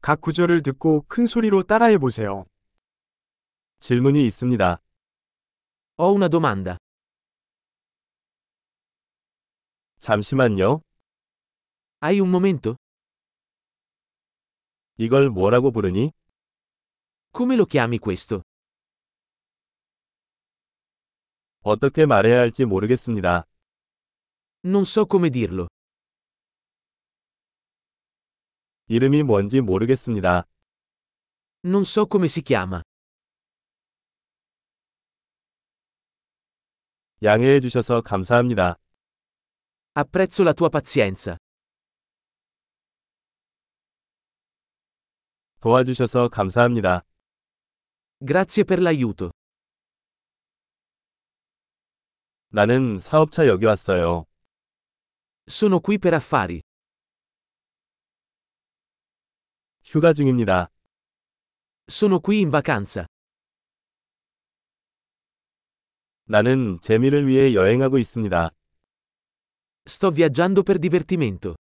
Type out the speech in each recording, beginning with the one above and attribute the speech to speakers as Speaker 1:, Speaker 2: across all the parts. Speaker 1: 각 구절을 듣고 큰 소리로 따라해 보세요. 질문이 있습니다.
Speaker 2: Ho una domanda.
Speaker 1: 잠시만요.
Speaker 2: Hai un momento?
Speaker 1: 이걸 뭐라고 부르니?
Speaker 2: Come lo chiami questo?
Speaker 1: 어떻게 말해야 할지 모르겠습니다.
Speaker 2: Non so come dirlo.
Speaker 1: 이름이 뭔지 모르겠습니다.
Speaker 2: Non so come si chiama.
Speaker 1: 양해해 주셔서 감사합니다.
Speaker 2: Apprezzo la tua pazienza.
Speaker 1: 도와주셔서 감사합니다.
Speaker 2: Grazie per l'aiuto.
Speaker 1: 나는 사업차 여기 왔어요.
Speaker 2: Sono qui per affari.
Speaker 1: 휴가 중입니다.
Speaker 2: Sono qui in vacanza.
Speaker 1: 나는 재미를 위해 여행하고 있습니다.
Speaker 2: Sto viaggiando per divertimento.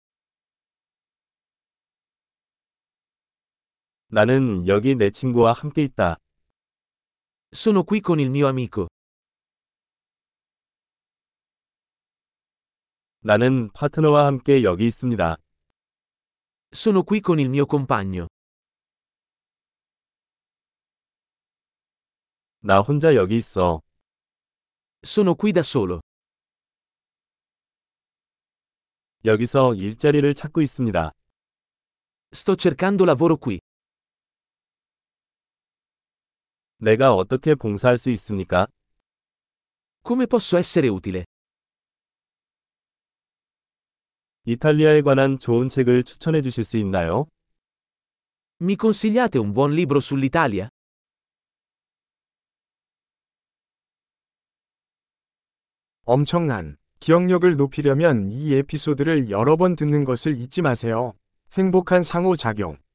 Speaker 1: 나는 여기 내 친구와 함께 있다.
Speaker 2: Sono qui con il mio amico.
Speaker 1: 나는 파트너와 함께 여기 있습니다.
Speaker 2: Sono qui con il mio compagno.
Speaker 1: 나 혼자 여기 있어.
Speaker 2: Sono qui da solo.
Speaker 1: 여기서 일자리를 찾고 있습니다.
Speaker 2: Sto cercando lavoro qui.
Speaker 1: 내가 어떻게 봉사할 수 있습니까?
Speaker 2: Come posso essere utile?
Speaker 1: 이탈리아에 관한 좋은 책을 추천해 주실 수 있나요?
Speaker 2: Mi consigliate un buon libro sull'Italia?
Speaker 3: 엄청난 기억력을 높이려면 이 에피소드를 여러 번 듣는 것을 잊지 마세요. 행복한 상호작용.